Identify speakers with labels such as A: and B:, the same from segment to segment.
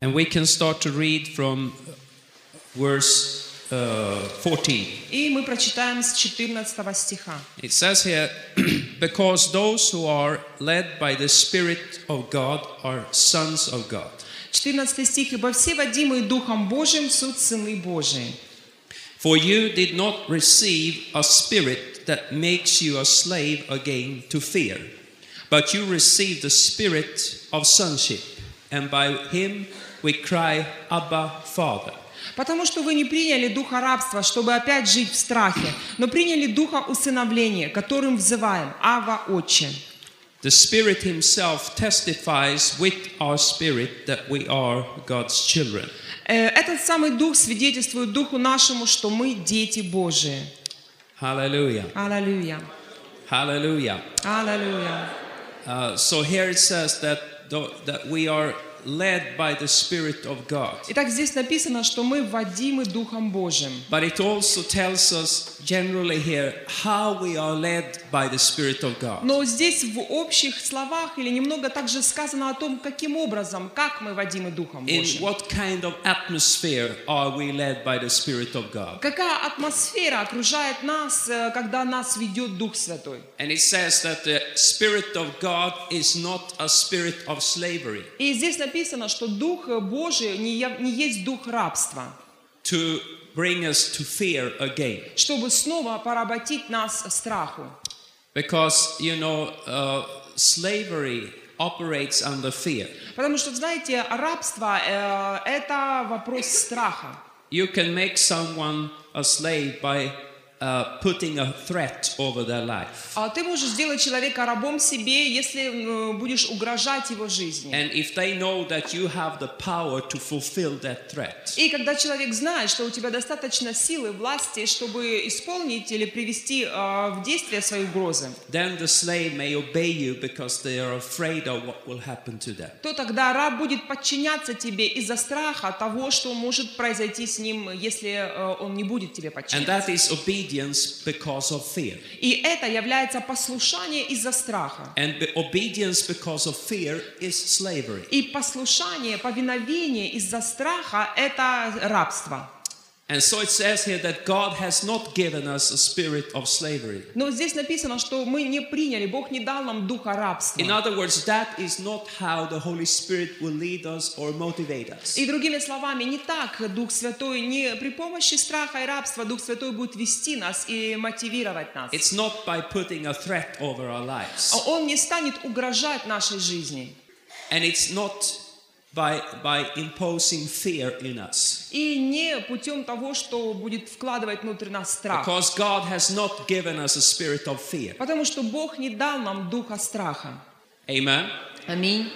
A: And we can start to read from uh, verse uh, 14.
B: И мы прочитаем с 14 стиха.
A: It says here, because those who are led by the Spirit of God are sons of God.
B: 14 стих. «Ибо все водимые Духом Божиим суть сыны Божии.
A: For you did not receive a spirit that makes you a slave again to fear, but you received the spirit of sonship, and by him we cry, Abba, Father.
B: Потому что вы не приняли духа рабства, чтобы опять жить в страхе, но приняли духа усыновления, которым взываем «Ава, Отче».
A: The Spirit Himself testifies with our spirit that we are God's children.
B: Э, Этот самый дух свидетельствует духу нашему, что мы дети Божии.
A: Hallelujah.
B: Аллилуйя.
A: Hallelujah.
B: Аллилуйя.
A: Uh, so here it says that, tho- that we are led by the Spirit of God.
B: Итак, здесь написано, что мы водимы Духом Божьим.
A: But it also tells us generally here how we are led by the Spirit of God.
B: Но здесь в общих словах или немного также сказано о том, каким образом, как мы водимы Духом
A: In
B: Божьим.
A: what kind of atmosphere are we led by the Spirit of God?
B: Какая атмосфера окружает нас, э, когда нас ведет Дух Святой?
A: And it says that the Spirit of God is not a spirit of slavery.
B: И здесь написано, что Дух э, Божий не, я- не есть Дух рабства,
A: to bring us to fear again.
B: чтобы снова поработить нас страху.
A: Because, you know, uh, slavery operates under fear.
B: Потому что, знаете, рабство э, это вопрос страха.
A: You can make someone a slave by uh, putting a threat over their life.
B: А ты можешь сделать человека рабом себе, если э, будешь угрожать его жизни.
A: And if they know that you have the power to fulfill that threat,
B: И когда человек знает, что у тебя достаточно силы, власти, чтобы исполнить или привести э, в действие свои угрозы,
A: then the slave may obey you because they are afraid of what will happen to them.
B: то тогда раб будет подчиняться тебе из-за страха того, что может произойти с ним, если э, он не будет тебе
A: And
B: подчиняться.
A: that is obedience because of fear.
B: И это является послушание из-за страха.
A: And the obedience because of fear is slavery.
B: И послушание, повиновение из-за страха – это рабство.
A: And so it says here that God has not given us a spirit of slavery.
B: Но здесь написано, что мы не приняли, Бог не дал нам духа
A: In
B: рабства.
A: other words, that is not how the Holy Spirit will lead us or motivate us.
B: И другими словами, не так Дух Святой, не при помощи страха и рабства Дух Святой будет вести нас и мотивировать нас. А
A: It's not by putting a threat over our lives.
B: Он не станет угрожать нашей жизни.
A: And it's not by, by imposing fear in us.
B: И не путем того, что будет вкладывать внутрь нас страх.
A: Because God has not given us a spirit of fear.
B: Потому что Бог не дал нам духа страха.
A: Amen.
B: Аминь.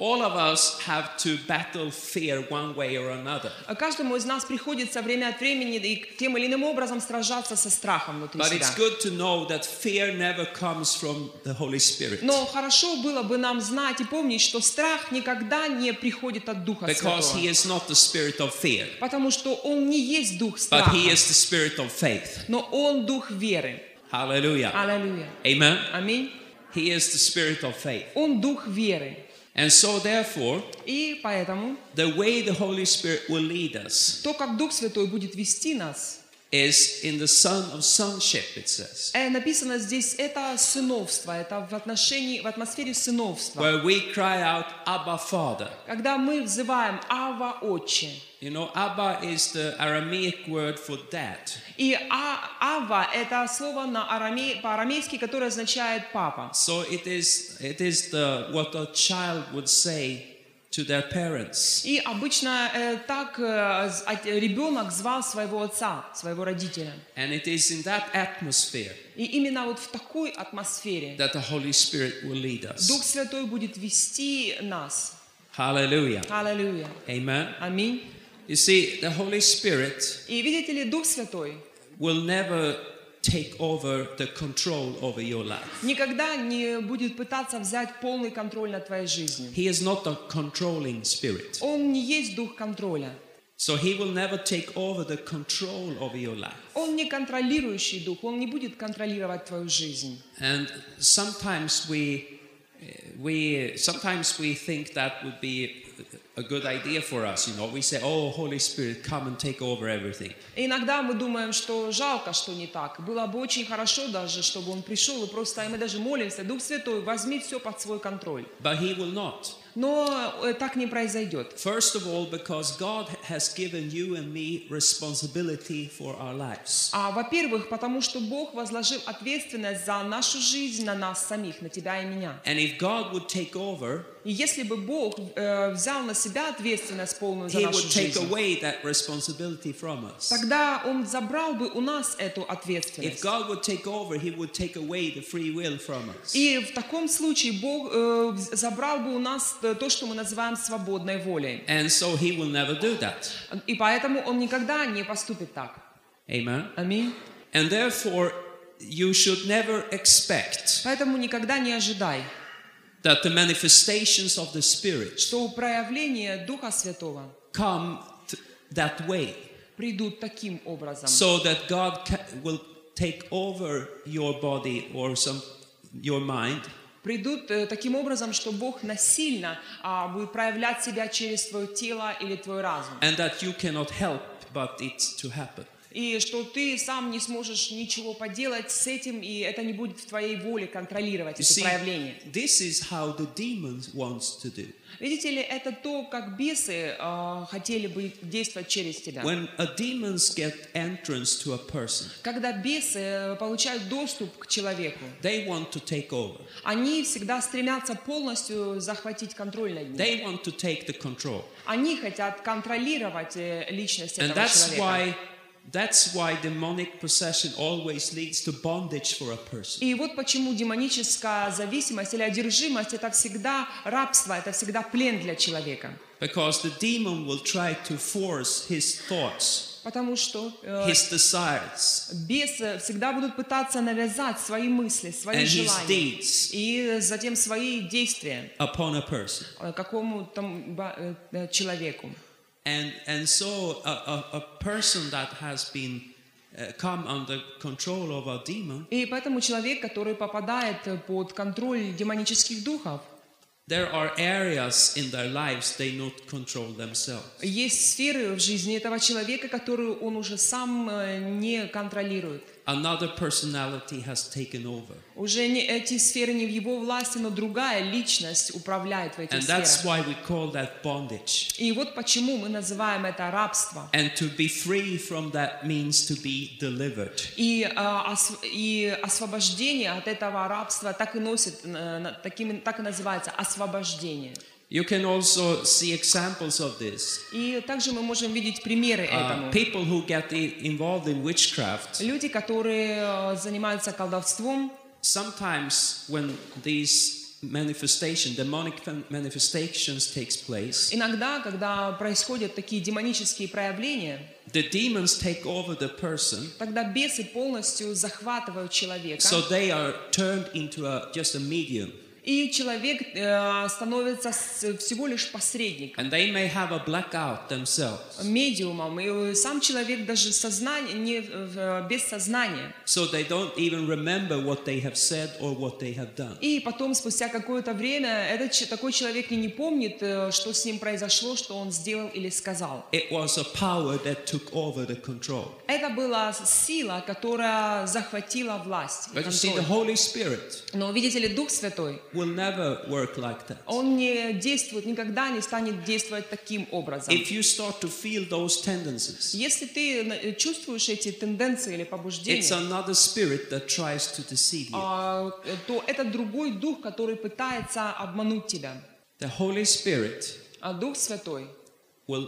A: All of us have to battle fear one way or another.
B: А Каждому из нас приходится время от времени и тем или иным образом сражаться со страхом внутри
A: But
B: себя.
A: it's good to know that fear never comes from the Holy Spirit.
B: Но хорошо было бы нам знать и помнить, что страх никогда не приходит от Духа
A: Because he
B: Святого.
A: is not the spirit of fear,
B: Потому что Он не есть Дух
A: but
B: страха,
A: he is the spirit of faith.
B: но Он Дух веры. Ah.
A: Hallelujah.
B: Аллилуйя.
A: Amen.
B: Аминь.
A: He is the spirit of faith.
B: Он Дух веры.
A: And so, therefore,
B: И поэтому
A: the way the Holy Spirit will lead us
B: то, как Дух Святой будет вести нас,
A: is in the Son of Sonship, it says,
B: э, написано здесь, это сыновство, это в отношении, в атмосфере сыновства.
A: where we cry out, Abba, Father.
B: Когда мы взываем «Ава, Отче»,
A: You know, Abba is the Aramaic word for dad.
B: И а, Ава – это слово на араме, по-арамейски, которое означает «папа».
A: So it is, it is the, what a child would say to their parents.
B: И обычно э, так э, з- от- ребенок звал своего отца, своего родителя.
A: And it is in that atmosphere
B: И именно вот в такой атмосфере
A: that the Holy Spirit will lead us.
B: Дух Святой будет вести нас.
A: Hallelujah.
B: Аллилуйя.
A: Amen.
B: Аминь.
A: You see, the Holy Spirit
B: И видите ли, Дух Святой
A: will never take over the control over your life.
B: никогда не будет пытаться взять полный контроль над твоей жизнью.
A: He is not a controlling spirit.
B: Он не есть Дух контроля.
A: So he will never take over the control over your life.
B: Он не контролирующий Дух, Он не будет контролировать твою жизнь.
A: And eh, sometimes we we sometimes we think that would be a good idea for us. You know, we say, "Oh, Holy Spirit, come and take over everything."
B: И иногда мы думаем, что жалко, что не так. Было бы очень хорошо даже, чтобы он пришел и просто, и мы даже молимся, Дух Святой, возьми все под свой контроль.
A: But He will not.
B: Но э, так не произойдет.
A: First of all, because God has given you and me responsibility for our lives.
B: А, во-первых, потому что Бог возложил ответственность за нашу жизнь на нас самих, на тебя и меня.
A: And if God would take over,
B: И если бы Бог э, взял на себя ответственность полную за
A: He
B: нашу
A: would take
B: жизнь,
A: away that responsibility from us.
B: тогда Он забрал бы у нас эту
A: If
B: ответственность.
A: God would take over, He would take away the free will from us.
B: И в таком случае Бог э, вз- забрал бы у нас э, то, что мы называем свободной волей.
A: And so He will never do that.
B: И поэтому Он никогда не поступит так.
A: Amen.
B: Аминь.
A: And therefore, you should never expect
B: Поэтому никогда не ожидай,
A: that the manifestations of the Spirit
B: что проявления Духа Святого
A: come th- that way,
B: придут таким образом.
A: so that God ca- will take over your body or some your mind,
B: придут э, таким образом, что Бог насильно а, будет проявлять себя через твое тело или твой разум.
A: and that you cannot help but it to happen.
B: И что ты сам не сможешь ничего поделать с этим, и это не будет в твоей воле
A: You
B: контролировать эти
A: see,
B: проявления.
A: this is how the demons wants to do.
B: Видите ли, это то, как бесы а, хотели бы действовать через тебя.
A: When a demons get entrance to a person,
B: Когда бесы э, получают доступ к человеку,
A: they want to take over.
B: они всегда стремятся полностью захватить контроль над ним.
A: They want to take the control.
B: Они хотят контролировать э, личность
A: And
B: этого
A: that's
B: человека.
A: why that's why demonic possession always leads to bondage for a person.
B: И вот почему демоническая зависимость или одержимость это всегда рабство, это всегда плен для человека.
A: Because the demon will try to force his thoughts,
B: Потому что э,
A: his desires,
B: бесы всегда будут пытаться навязать свои мысли, свои
A: and his
B: желания
A: deeds
B: и затем свои действия
A: upon a person.
B: э, какому-то м, ба- э, э, человеку.
A: And and so a, a, a person that has been uh, come under control of a demon,
B: И поэтому человек, который попадает э, под контроль демонических духов,
A: there are areas in their lives they not control themselves.
B: есть сферы в жизни этого человека, которую он уже сам э, не контролирует.
A: Another personality has taken over.
B: Уже не, эти сферы не в его власти, но другая личность управляет в этих
A: And that's
B: сферах.
A: why we call that bondage.
B: И вот почему мы называем это рабство.
A: And to be free from that means to be delivered.
B: И, а, ос- и освобождение от этого рабства так и носит, э, на- таким, и- так и называется, освобождение.
A: You can also see examples of this.
B: И также мы можем видеть примеры
A: Uh,
B: этому.
A: people who get i- involved in witchcraft,
B: Люди, которые э, занимаются колдовством,
A: sometimes when these manifestation, demonic fan- manifestations takes place,
B: иногда, когда происходят такие демонические проявления,
A: the demons take over the person,
B: тогда бесы полностью захватывают человека.
A: so they are turned into a, just a medium.
B: И человек э, становится с- всего лишь посредником,
A: And they may have a blackout themselves,
B: медиумом. И э, сам человек даже сознание, не, э, без сознания.
A: so they don't even remember what they have said or what they have done.
B: И потом, спустя какое-то время, этот, че- такой человек и не помнит, э, что с ним произошло, что он сделал или сказал.
A: It was a power that took over the control.
B: Это была сила, которая захватила власть. и
A: But you see, the
B: контроль.
A: Holy Spirit
B: Но видите ли, Дух Святой,
A: will never work like that.
B: Он не действует, никогда не станет действовать таким образом.
A: If you start to feel those tendencies,
B: Если ты э, чувствуешь эти тенденции или побуждения,
A: it's another spirit that tries to deceive you.
B: а, э, то это другой дух, который пытается обмануть тебя.
A: The Holy Spirit
B: А Дух Святой,
A: will,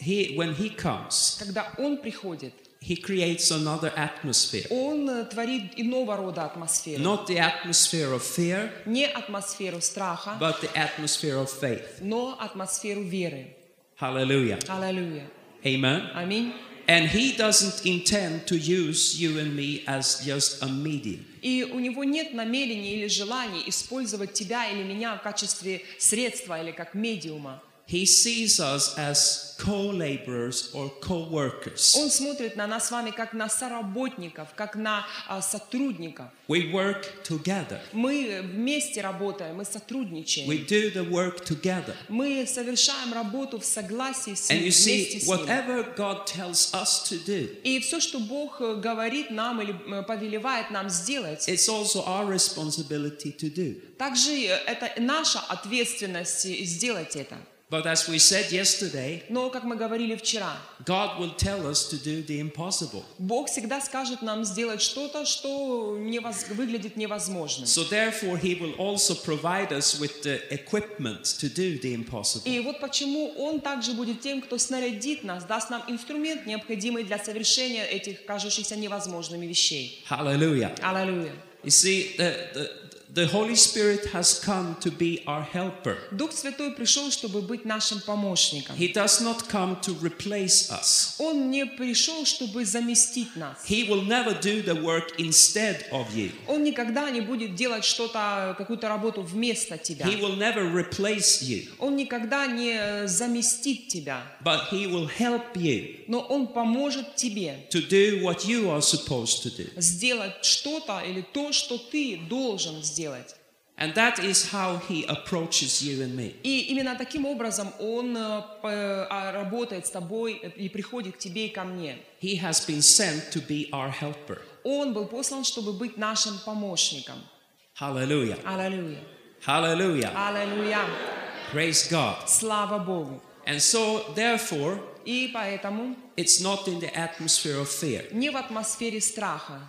A: he, when He comes,
B: когда Он приходит,
A: He creates another atmosphere.
B: Он э, творит иного рода атмосферу.
A: Not the atmosphere of fear,
B: Не атмосферу страха,
A: but the atmosphere of faith.
B: но атмосферу веры.
A: Hallelujah.
B: Аллилуйя.
A: Amen.
B: Аминь.
A: And He doesn't intend to use you and me as just a medium.
B: И у него нет намерений или желаний использовать тебя или меня в качестве средства или как медиума.
A: He sees us as co laborers or co workers.
B: Он смотрит на нас с вами как на соработников, как на а, сотрудников.
A: We work together,
B: Мы э, вместе работаем, мы сотрудничаем.
A: we do the work together.
B: Мы совершаем работу в согласии с
A: And
B: ним,
A: you
B: вместе
A: see,
B: с ним.
A: whatever God tells us to do,
B: И все, что Бог э, говорит нам или э, повелевает нам сделать,
A: it's also our responsibility to do.
B: также э, это наша ответственность э, сделать это.
A: But as we said yesterday,
B: Но, как мы говорили вчера,
A: God will tell us to do the impossible.
B: Бог всегда скажет нам сделать что-то, что невоз- выглядит невозможным.
A: So therefore, He will also provide us with the equipment to do the impossible.
B: И вот почему Он также будет тем, кто снарядит нас, даст нам инструмент, необходимый для совершения этих кажущихся невозможными вещей.
A: Hallelujah.
B: Аллилуйя.
A: You see, the, the, the Holy Spirit has come to be our helper.
B: Дух Святой пришел, чтобы быть нашим помощником.
A: He does not come to replace us.
B: Он не пришел, чтобы заместить нас.
A: He will never do the work instead of you.
B: Он никогда не будет делать что-то, какую-то работу вместо тебя.
A: He will never replace you,
B: Он никогда не э, заместит тебя,
A: but He will help you
B: но Он поможет тебе
A: to do what you are supposed to do.
B: сделать что-то или то, что ты должен сделать.
A: And that is how He approaches you and me.
B: И именно таким образом Он э, п- а, работает с тобой и приходит к тебе и ко мне.
A: He has been sent to be our helper.
B: Он был послан, чтобы быть нашим помощником.
A: Hallelujah.
B: Аллилуйя.
A: Hallelujah.
B: Аллилуйя.
A: Praise God.
B: Слава Богу.
A: And so, therefore,
B: И поэтому
A: it's not in the atmosphere of fear,
B: не в атмосфере страха,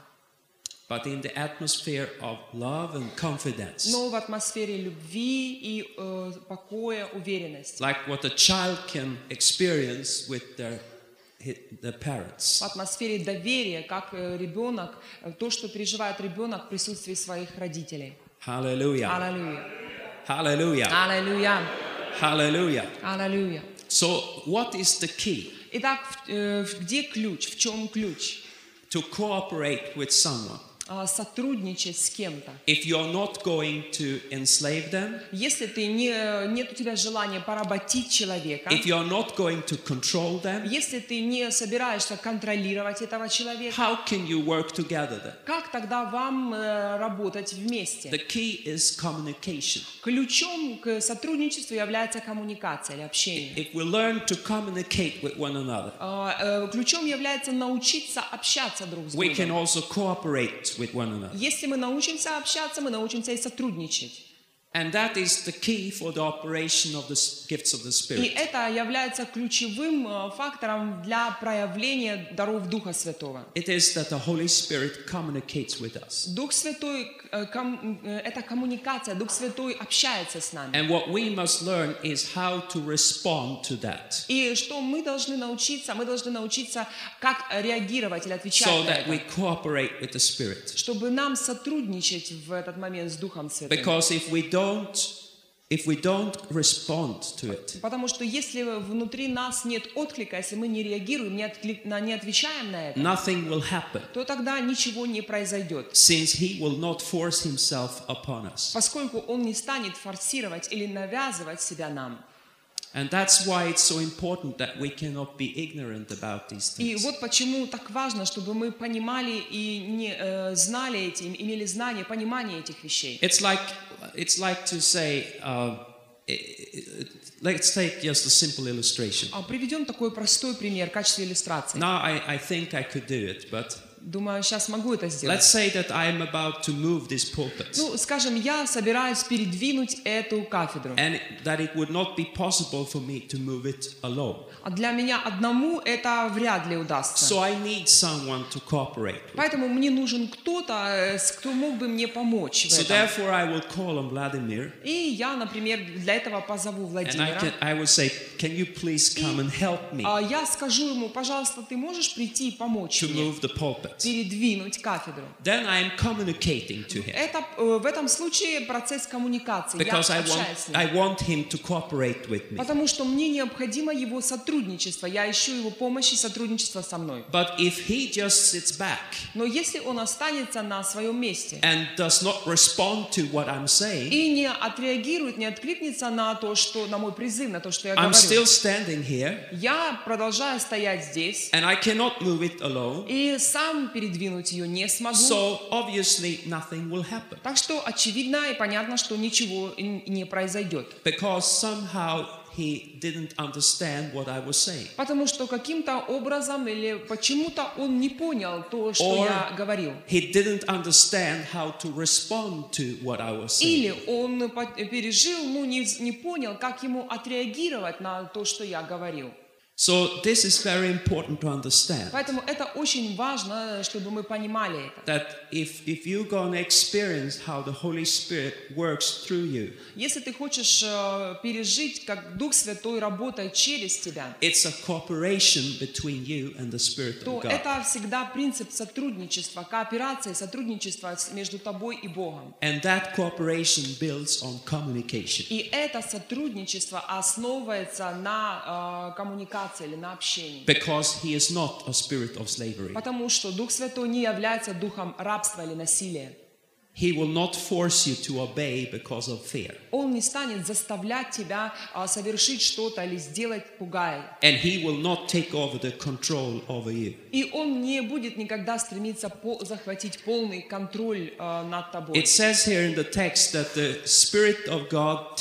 A: but in the atmosphere of love and confidence.
B: но в атмосфере любви и э, покоя, уверенности.
A: Like what a child can experience with their, hi- their
B: В
A: parents.
B: атмосфере доверия, как э, ребенок, э, то, что переживает ребенок в присутствии своих родителей.
A: Hallelujah.
B: Аллилуйя.
A: Hallelujah.
B: Аллилуйя.
A: Hallelujah.
B: Аллилуйя.
A: So, what is the key
B: Итак, в- э, в- где ключ? В чем ключ?
A: to cooperate with someone?
B: А, Сотрудничать с кем-то.
A: If you're not going to enslave them,
B: Если ты не, нет у тебя желания поработить человека,
A: if you're not going to control them,
B: если ты не собираешься контролировать этого человека,
A: how can you work together then?
B: как тогда вам э, работать вместе?
A: The key is communication.
B: Ключом к сотрудничеству является коммуникация или общение.
A: If we learn to communicate with one another,
B: А, э, Ключом является научиться общаться друг с
A: we can
B: другом.
A: also cooperate with one another.
B: Если мы научимся общаться, мы научимся и сотрудничать.
A: And that is the key for the operation of the s- gifts of the
B: И
A: Spirit.
B: это является ключевым э, фактором для проявления даров Духа Святого.
A: It is that the Holy Spirit communicates with us.
B: Дух Святой э, ком- э, это коммуникация, Дух Святой общается с нами.
A: And what we must learn is how to respond to that
B: И что мы должны научиться? Мы должны научиться, как реагировать или отвечать
A: so
B: на
A: that
B: это.
A: we cooperate with the Spirit.
B: чтобы нам сотрудничать в этот момент с Духом Святым.
A: Because if we don't if we don't respond to it,
B: Потому что если внутри нас нет отклика, если мы не реагируем, не, отклик- на- не отвечаем на это,
A: nothing will happen.
B: то тогда ничего не произойдет,
A: since he will not force himself upon us.
B: поскольку он не станет форсировать или навязывать себя нам.
A: And that's why it's so important that we cannot be ignorant about these
B: И
A: things.
B: вот почему так важно, чтобы мы понимали и не э, знали эти, имели знание, понимание этих вещей.
A: It's like it's like to say, uh, i- i- let's take just a simple illustration.
B: А Приведем такой простой пример в качестве иллюстрации.
A: Now I, I think I could do it, but
B: Думаю, сейчас могу это сделать.
A: let's say that I am about to move this pulpit,
B: Ну, скажем, я собираюсь передвинуть эту кафедру.
A: and that it would not be possible for me to move it alone.
B: А для меня одному это вряд ли удастся.
A: So I need someone to cooperate. with.
B: Поэтому мне нужен кто-то, э, с- кто мог бы мне помочь в
A: So
B: этом.
A: therefore, I will call on Vladimir,
B: И я, например, для этого позову
A: and I
B: Владимира.
A: can I will say, Can you please come and help me
B: А я скажу ему, пожалуйста, ты можешь прийти и помочь
A: to
B: мне
A: move the pulpit?
B: передвинуть кафедру?
A: Then I am communicating to him
B: Это, э, в этом случае процесс коммуникации. Я
A: because I want,
B: общаюсь с ним.
A: I want him to cooperate with me.
B: Потому что мне необходимо его сотрудничество. Я ищу его помощи и сотрудничество со мной.
A: But if he just sits back
B: Но если он останется на своем месте
A: and does not respond to what I'm saying,
B: и не отреагирует, не откликнется на то, что на мой призыв, на то, что я
A: I'm
B: говорю,
A: still standing here
B: я продолжаю стоять здесь
A: and I cannot move it alone.
B: и сам передвинуть ее не смогу.
A: So obviously nothing will happen
B: Так что очевидно и понятно, что ничего и не произойдет.
A: because somehow he didn't understand what I was saying.
B: Потому что каким-то образом или почему-то он не понял то, что
A: Or-
B: я говорил.
A: He didn't understand how to respond to what I was saying.
B: Или он по- пережил, ну не, не понял, как ему отреагировать на то, что я говорил.
A: So this is very important to understand
B: Поэтому это очень важно, чтобы мы понимали это.
A: that if if you're going to experience how the Holy Spirit works through you,
B: Если ты хочешь э, пережить, как Дух Святой работает через тебя,
A: it's a cooperation between you and the Spirit
B: то
A: of God.
B: это всегда принцип сотрудничества, кооперации, сотрудничества с- между тобой и Богом.
A: And that cooperation builds on communication.
B: И это сотрудничество основывается на э, коммуникации или на общении.
A: Because he is not a spirit of slavery.
B: Потому что Дух Святой не является духом рабства или насилия.
A: He will not force you to obey because of fear.
B: Он не станет заставлять тебя а, совершить что-то или сделать, пугая.
A: And he will not take over the control over you.
B: И он не будет никогда стремиться по- захватить полный контроль а, над тобой.
A: It says here in the text that the Spirit of God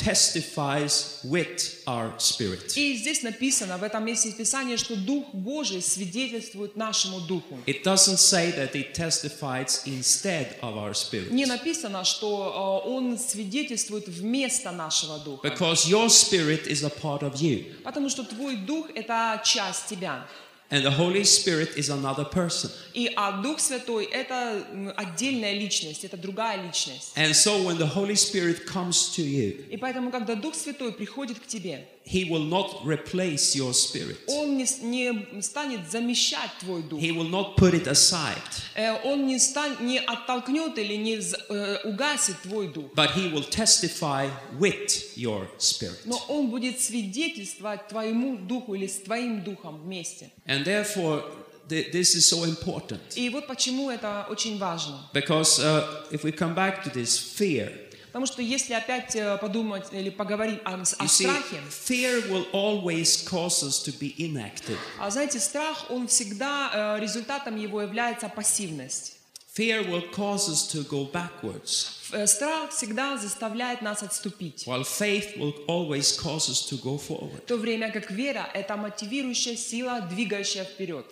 A: testifies with our spirit.
B: И здесь написано в этом месте Писания, что Дух Божий свидетельствует нашему Духу.
A: It doesn't say that he testifies instead of our
B: Не
A: spirit.
B: написано, что а, Он свидетельствует вместо нашего Духа.
A: Because your spirit is a part of you,
B: Потому что твой Дух – это часть тебя.
A: and the Holy Spirit is another person.
B: И, а Дух Святой – это м, отдельная личность, это другая личность.
A: And so when the Holy Spirit comes to you,
B: И поэтому, когда Дух Святой приходит к тебе,
A: He will not replace your spirit.
B: Он не, с- не станет замещать твой дух.
A: He will not put it aside,
B: Э, Он не, стан, не оттолкнет или не з- э, угасит твой дух.
A: but he will testify with your spirit.
B: Но он будет свидетельствовать твоему духу или с твоим духом вместе.
A: And therefore, th- this is so important.
B: И вот почему это очень важно.
A: Because uh, if we come back to this fear,
B: Потому что если опять э, подумать или поговорить о, с- о
A: you see,
B: страхе,
A: fear will always cause us to be inactive.
B: а знаете, страх, он всегда, э, результатом его является пассивность.
A: Fear will cause us to go backwards,
B: Ф- э, Страх всегда заставляет нас отступить.
A: while faith will always cause us to go forward.
B: В то время как вера – это мотивирующая сила, двигающая вперед.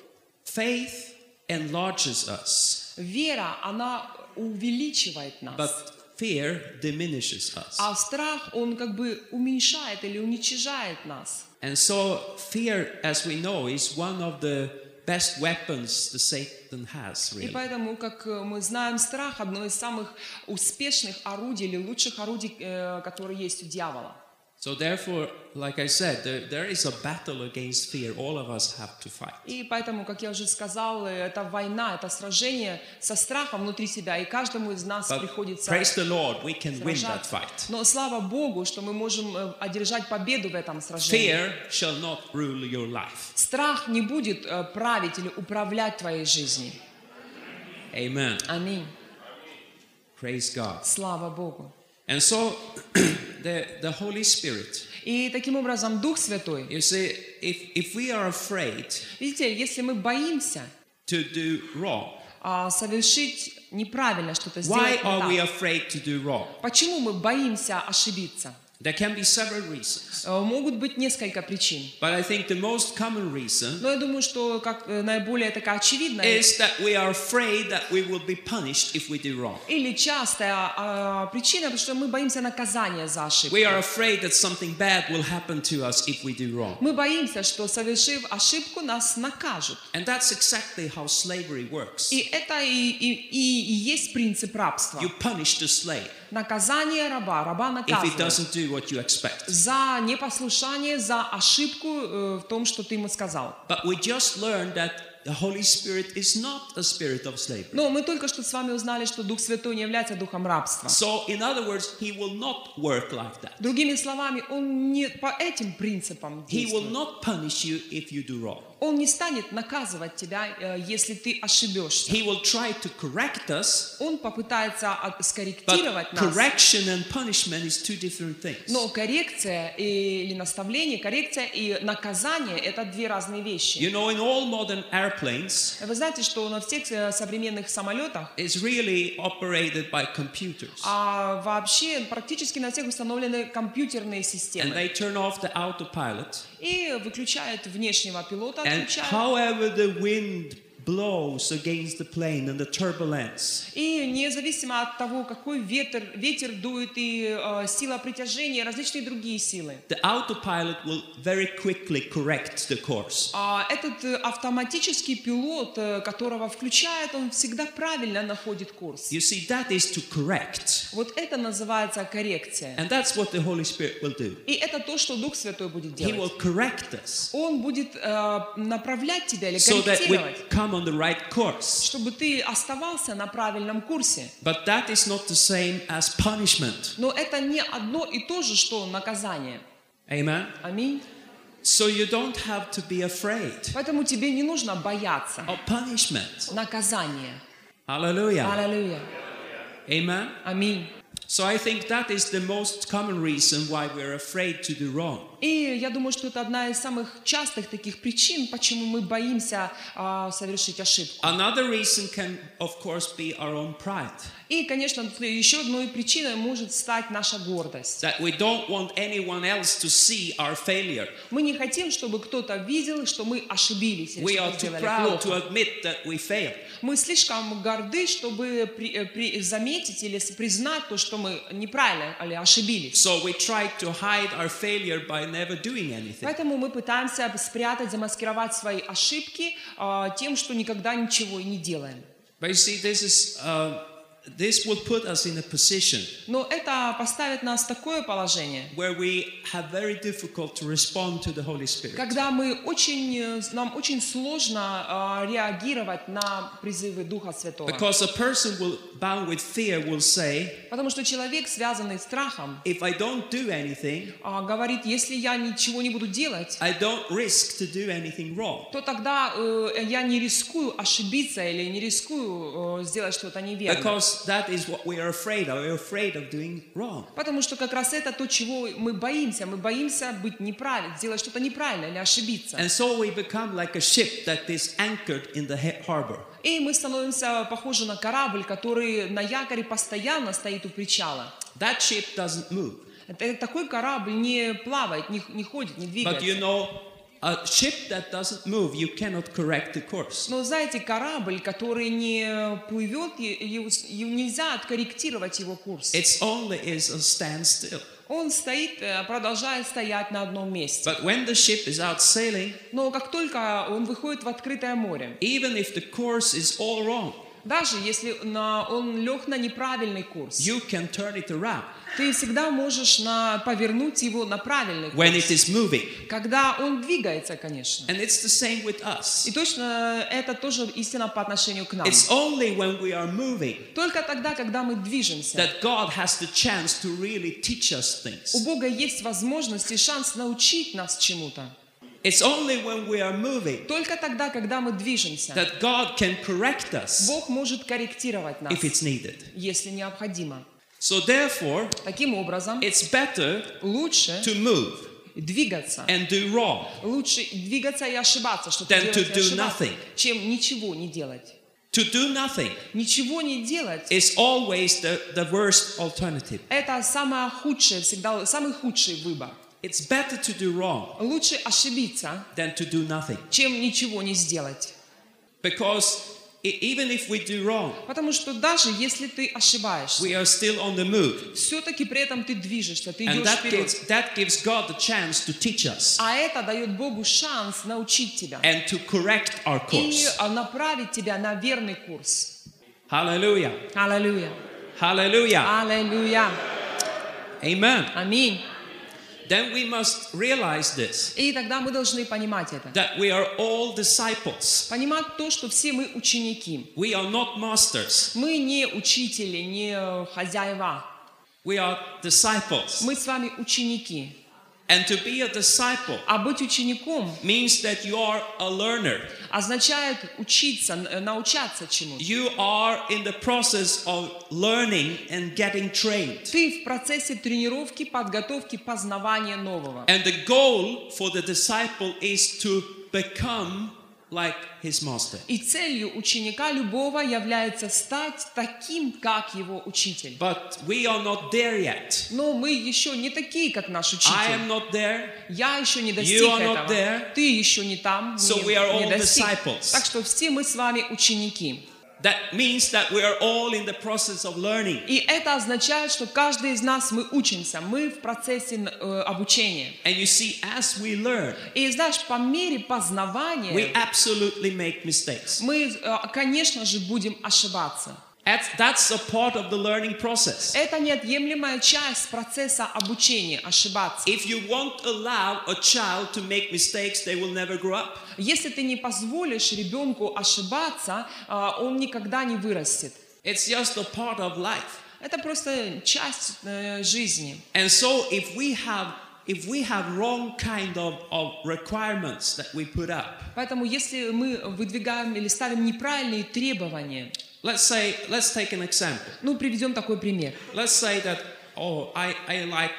A: Faith enlarges us,
B: Вера, она увеличивает нас.
A: but fear diminishes us.
B: а страх, он как бы уменьшает или уничижает нас.
A: And so, fear, as we know, is one of the best weapons the Satan has,
B: И
A: really.
B: поэтому, как э, мы знаем, страх одно из самых успешных орудий или лучших орудий, э, которые есть у дьявола.
A: So, therefore, like I said, there, there is a battle against fear all of us have to fight.
B: И поэтому, как я уже сказал, э, это война, это сражение со страхом внутри себя, и каждому из нас
A: But
B: приходится
A: praise the Lord, we can win that
B: сражаться.
A: fight.
B: Но слава Богу, что мы можем э, одержать победу в этом сражении.
A: Fear shall not rule your life.
B: Страх не будет э, править или управлять твоей жизнью.
A: Amen.
B: Аминь.
A: Praise God.
B: Слава Богу.
A: And so, the, the Holy Spirit,
B: И таким образом Дух Святой.
A: you see, if, if we are afraid
B: Видите, если мы боимся
A: to do wrong,
B: а, совершить неправильно что-то,
A: why
B: сделать не
A: are
B: так,
A: we afraid to do wrong?
B: почему мы боимся ошибиться?
A: There can be several reasons.
B: Э, Могут быть несколько причин.
A: But I think the most common reason
B: Но я думаю, что как э, наиболее такая очевидная
A: is that we are afraid that we will be punished if we do wrong.
B: или частая а, причина, потому что мы боимся наказания за ошибку.
A: We are afraid that something bad will happen to us if we do wrong.
B: Мы боимся, что совершив ошибку, нас накажут.
A: And that's exactly how slavery works.
B: И это и, и- и- и есть принцип рабства.
A: You punish the slave.
B: наказание раба, раба
A: if he
B: наказывает
A: doesn't do what you expect.
B: за непослушание, за ошибку э, в том, что ты ему сказал.
A: But we just learned that the Holy Spirit is not a spirit of slavery.
B: Но мы только что с вами узнали, что Дух Святой не является духом рабства.
A: So, in other words, he will not work like that.
B: Другими словами, он не по этим принципам
A: He will
B: действует.
A: not punish you if you do wrong.
B: Он не станет наказывать тебя, э, если ты ошибешься.
A: He will try то correct us,
B: Он попытается от-
A: but
B: скорректировать нас.
A: correction and punishment is two different things.
B: Но коррекция и- или наставление, коррекция и наказание – это две разные вещи.
A: You know, in all modern airplanes,
B: Вы знаете, что на всех э, современных самолетах,
A: it's really operated by computers.
B: а вообще практически на всех установлены компьютерные
A: And
B: системы.
A: they turn off the autopilot.
B: И выключают внешнего пилота,
A: And
B: отключают.
A: however the wind blows against the plane and the turbulence,
B: И независимо от того, какой ветер, ветер дует, и э, сила притяжения, и различные другие силы,
A: the autopilot will very quickly correct the course.
B: а этот э, автоматический пилот, э, которого включает, он всегда правильно находит курс.
A: You see, that is to correct.
B: Вот это называется коррекция.
A: And that's what the Holy Spirit will do.
B: И это то, что Дух Святой будет
A: He will
B: делать.
A: correct us
B: Он будет э, направлять тебя или
A: so that we
B: корректировать,
A: come on the right course.
B: чтобы ты оставался на правильном курсе.
A: But that is not the same as punishment.
B: Но это не одно и то же, что наказание.
A: Amen?
B: Аминь.
A: So you don't have to be afraid
B: Поэтому тебе не нужно бояться
A: of punishment.
B: наказания.
A: Hallelujah.
B: Аллилуйя.
A: Amen?
B: Аминь.
A: So I think that is the most common reason why we're afraid to do wrong.
B: И я думаю, что это одна из самых частых таких причин, почему мы боимся а, совершить ошибку.
A: Another reason can, of course, be our own pride.
B: И, конечно, тут еще одной причиной может стать наша гордость.
A: That we don't want anyone else to see our failure.
B: Мы не хотим, чтобы кто-то видел, что мы ошибились или
A: We
B: что
A: are
B: мы
A: too
B: сделали
A: proud
B: плохо.
A: to admit that we failed.
B: Мы слишком горды, чтобы при- э, при- заметить или с- признать то, что мы неправильно или ошибились.
A: So we try to hide our failure by never doing anything.
B: Поэтому мы пытаемся спрятать, замаскировать свои ошибки а, тем, что никогда ничего и не делаем.
A: But you see, this is uh, this will put us in a position
B: Но это поставит нас в такое положение,
A: where we have very difficult to respond to the Holy Spirit.
B: когда мы очень, э, нам очень сложно а, реагировать на призывы Духа Святого.
A: Because a person will bound with fear will say,
B: Потому что человек, связанный страхом,
A: if I don't do anything,
B: а, говорит, если я ничего не буду делать,
A: I don't risk to do anything wrong.
B: то тогда э, я не рискую ошибиться или не рискую э, сделать что-то неверно.
A: Because that is what we are afraid of. We're afraid of doing wrong.
B: Потому что как раз это то, чего мы боимся. Мы боимся быть неправильным, сделать что-то неправильно или ошибиться.
A: And so we become like a ship that is anchored in the ha- harbor.
B: И мы становимся похожи на корабль, который на якоре постоянно стоит у причала.
A: That ship doesn't move.
B: Это- Такой корабль не плавает, не, не ходит, не
A: But
B: двигается.
A: you know, a ship that doesn't move, you cannot correct the course.
B: Но знаете, корабль, который не плывет, и- и его с- и нельзя откорректировать его курс.
A: It's only is a standstill.
B: Он стоит, э, продолжает стоять на одном месте.
A: But when the ship is out sailing,
B: Но как только он выходит в открытое море,
A: even if the course is all wrong,
B: даже если на- он лег на неправильный курс,
A: you can turn it around
B: ты всегда можешь на, повернуть его на правильный курс,
A: when it is moving.
B: когда он двигается, конечно.
A: And it's the same with
B: И
A: us.
B: точно э, это тоже истина по отношению к нам.
A: It's only when we are moving
B: Только тогда, когда мы движемся,
A: that God has the chance to really teach us
B: у
A: things.
B: Бога есть возможность и шанс научить нас чему-то.
A: It's only when we are moving
B: Только тогда, когда мы движемся,
A: that God can correct us
B: Бог может корректировать нас,
A: if it's needed.
B: если необходимо.
A: So, therefore,
B: Таким образом,
A: it's better
B: лучше
A: Э, to move
B: двигаться.
A: and do wrong.
B: Лучше двигаться и ошибаться, что
A: Than to
B: делать и
A: do
B: ошибаться,
A: nothing.
B: чем ничего не делать.
A: To do nothing
B: Ничего не делать
A: is always the, the worst alternative.
B: это самое худшее, всегда самый худший выбор.
A: It's better to do wrong
B: Лучше ошибиться,
A: than to do nothing.
B: чем ничего не сделать.
A: Because e- even if we do wrong,
B: Потому что даже если ты ошибаешься,
A: we are still on the move.
B: все-таки при этом ты движешься, ты
A: And
B: идешь
A: that
B: вперед.
A: gives, that gives God the chance to teach us
B: А это дает Богу шанс научить тебя
A: and to correct our
B: и
A: course.
B: а, направить тебя на верный курс.
A: Hallelujah.
B: Аллилуйя.
A: Hallelujah.
B: Аллилуйя.
A: Amen.
B: Аминь.
A: Then we must realize this
B: И тогда мы должны понимать это.
A: that we are all disciples.
B: Понимать то, что все мы ученики.
A: We are not masters.
B: Мы не учители, не э, хозяева.
A: We are disciples.
B: Мы с вами ученики.
A: And to be a disciple
B: А быть учеником
A: means that you are a learner.
B: означает учиться, э, научаться чему-то.
A: You are in the process of learning and getting trained.
B: Ты в процессе тренировки, подготовки, познавания нового.
A: And the goal for the disciple is to become like his master.
B: И целью ученика любого является стать таким, как его учитель.
A: But we are not there yet.
B: Но мы еще не такие, как наш
A: I
B: учитель.
A: am not there.
B: Я еще не достиг
A: You are not
B: этого.
A: there.
B: Ты еще не там.
A: So
B: не-
A: we are
B: не
A: all
B: достиг.
A: disciples.
B: Так что все мы с вами ученики.
A: That means that we are all in the process of learning.
B: И это означает, что каждый из нас мы учимся, мы в процессе э, обучения.
A: And you see, as we learn,
B: И знаешь, по мере познавания
A: we absolutely make mistakes.
B: мы, э, конечно же, будем ошибаться.
A: That's, that's a part of the learning process.
B: Это неотъемлемая часть процесса обучения ошибаться.
A: If you won't allow a child to make mistakes, they will never grow up.
B: Если ты не позволишь ребенку ошибаться, а, он никогда не вырастет.
A: It's just a part of life.
B: Это просто часть э, жизни.
A: And so if we have if we have wrong kind of, of requirements that we put up,
B: Поэтому если мы выдвигаем или ставим неправильные требования,
A: let's say let's take an example.
B: ну приведем такой пример.
A: Let's say that oh I, I like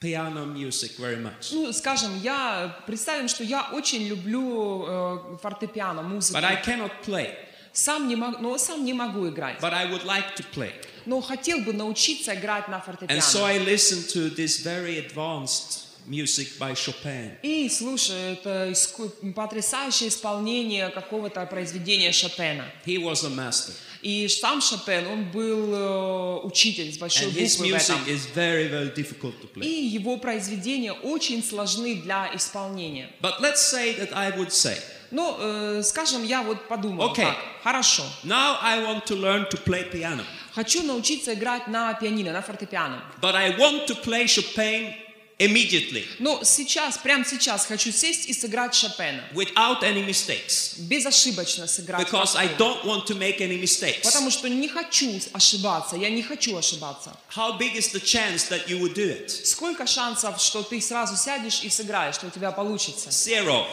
A: piano music very much.
B: Ну, скажем, я представим, что я очень люблю э, фортепиано, музыку.
A: But I cannot play.
B: Сам не могу, но сам не могу играть.
A: But I would like to play.
B: Но хотел бы научиться играть на
A: And
B: фортепиано.
A: so I listen to this very advanced music by Chopin.
B: И слушай, это иску- потрясающее исполнение какого-то произведения Шопена.
A: He was a master.
B: И сам Шопен, он был э, учитель с большой
A: And his
B: буквы в этом.
A: music is very, very difficult to
B: И
A: play.
B: его произведения очень сложны для исполнения.
A: But let's say that I would say,
B: Ну, э, скажем, я вот подумал,
A: Окей.
B: так, хорошо,
A: now I want to learn to play piano,
B: хочу научиться играть на пианино, на фортепиано.
A: but I want to play Chopin immediately
B: Но сейчас, прямо сейчас хочу сесть и сыграть Шопена.
A: without any mistakes
B: Безошибочно сыграть.
A: because I don't want to make any mistakes.
B: Потому что не хочу ошибаться, я не хочу ошибаться.
A: How big is the chance that you would do it?
B: Сколько шансов, что ты сразу сядешь и сыграешь, что у тебя получится?
A: Zero.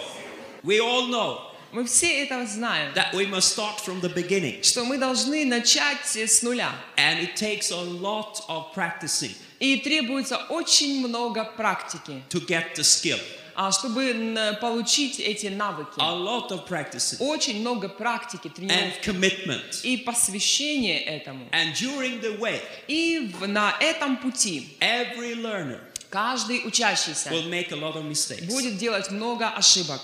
A: We all know
B: Мы все это знаем,
A: that we must start from the beginning.
B: что мы должны начать э, с нуля.
A: And it takes a lot of practicing
B: И требуется очень много практики,
A: to get the skill.
B: а, чтобы н- получить эти навыки.
A: A lot of practicing
B: Очень много практики,
A: and
B: тренировки
A: commitment.
B: и посвящение этому.
A: And during the way,
B: И в- на этом пути
A: every learner
B: каждый учащийся
A: will make a lot of mistakes.
B: будет делать много ошибок.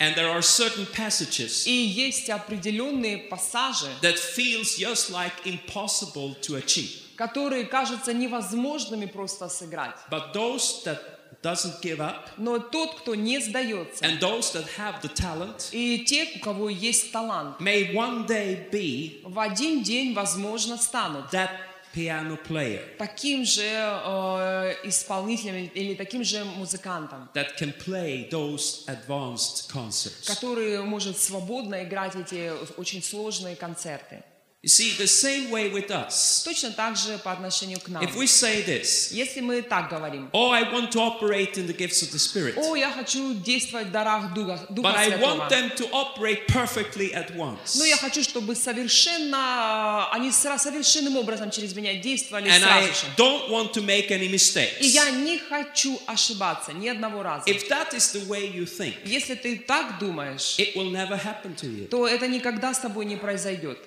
A: And there are certain passages
B: И есть определенные пассажи,
A: that feels just like impossible to achieve.
B: которые кажутся невозможными просто сыграть.
A: But those that doesn't give up
B: Но тот, кто не сдается,
A: and those that have the talent
B: и те, у кого есть талант,
A: may one day be
B: в один день, возможно, станут
A: that piano player
B: таким же э, исполнителем или таким же музыкантом,
A: that can play those advanced concerts.
B: который может свободно играть эти очень сложные концерты.
A: You see, the same way with us.
B: Точно так же по отношению к нам.
A: If we say this,
B: Если мы так говорим,
A: oh, I want to operate in the gifts of the Spirit,
B: о, я хочу действовать в дарах Духа, Духа
A: but I Oh, want
B: Святого,
A: them to operate perfectly at once.
B: но я хочу, чтобы совершенно, э, они сра- совершенным образом через меня действовали
A: And I
B: сразу же.
A: don't want to make any
B: И
A: mistakes.
B: я не хочу ошибаться ни одного раза.
A: If that is the way you think,
B: Если ты так думаешь,
A: it will never happen to you.
B: то это никогда с тобой не произойдет.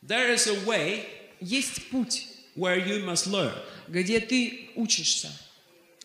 A: There is a way
B: Есть путь,
A: where you must learn.
B: где ты учишься.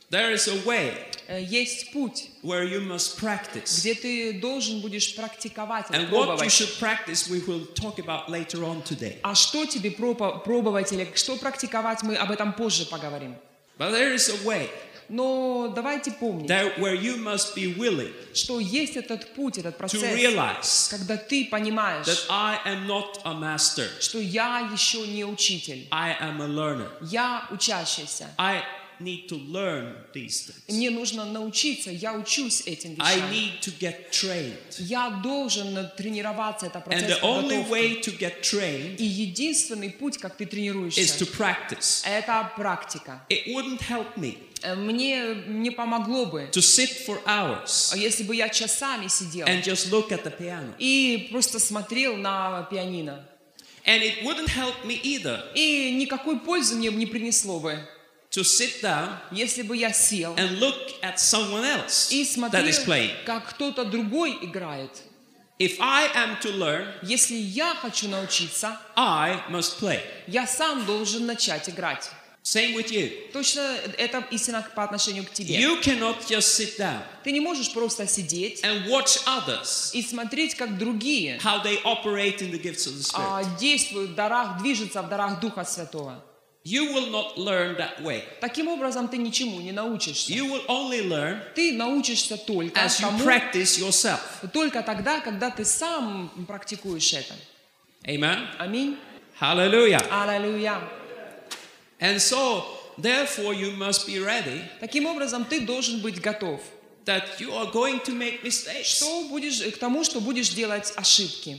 A: There is a way
B: Э, Есть путь,
A: where you must practice.
B: где ты должен будешь практиковать,
A: And what you
B: пробовать.
A: should practice, we will talk about later on today.
B: А что тебе пропо- пробовать или что практиковать, мы об этом позже поговорим.
A: But there is a way
B: Но Но давайте помнить,
A: that where you must be willing
B: что есть этот путь, этот
A: to
B: процесс,
A: realize
B: когда ты понимаешь,
A: that I am not a master,
B: что я еще не учитель,
A: I am a learner.
B: я учащийся.
A: I need to learn these
B: И
A: things.
B: Мне нужно научиться, я учусь этим
A: I
B: вещам.
A: need to get trained.
B: Я должен тренироваться, это
A: And
B: процесс
A: the only
B: подготовки.
A: way to get trained
B: И единственный путь, как ты
A: is to
B: тренируешься,
A: practice.
B: это практика.
A: It wouldn't help me
B: Э, Мне не помогло бы,
A: to sit for hours
B: А если бы я часами сидел
A: and just look at the piano.
B: и просто смотрел на пианино.
A: And it wouldn't help me either
B: И никакой пользы мне не принесло бы,
A: to sit down
B: если бы я сел
A: and look at someone else
B: и
A: that is
B: смотрел,
A: playing.
B: как кто-то другой играет.
A: If I am to learn,
B: Если я хочу научиться,
A: I must play.
B: я сам должен начать играть.
A: Same with you.
B: Точно это истина по отношению к тебе.
A: You cannot just sit down
B: Ты не можешь просто сидеть
A: and watch others
B: и смотреть, как другие
A: how they operate in the gifts of the Spirit.
B: а, действуют в дарах, движутся в дарах Духа Святого.
A: You will not learn that way.
B: Таким образом, ты ничему не научишься.
A: You will only learn
B: Ты научишься только
A: as you
B: тому,
A: practice yourself.
B: только тогда, когда ты сам практикуешь это.
A: Amen.
B: Аминь.
A: Hallelujah.
B: Аллилуйя.
A: And so, therefore, you must be ready
B: Таким образом, ты должен быть готов
A: that you are going to make mistakes.
B: что будешь, к тому, что будешь делать ошибки.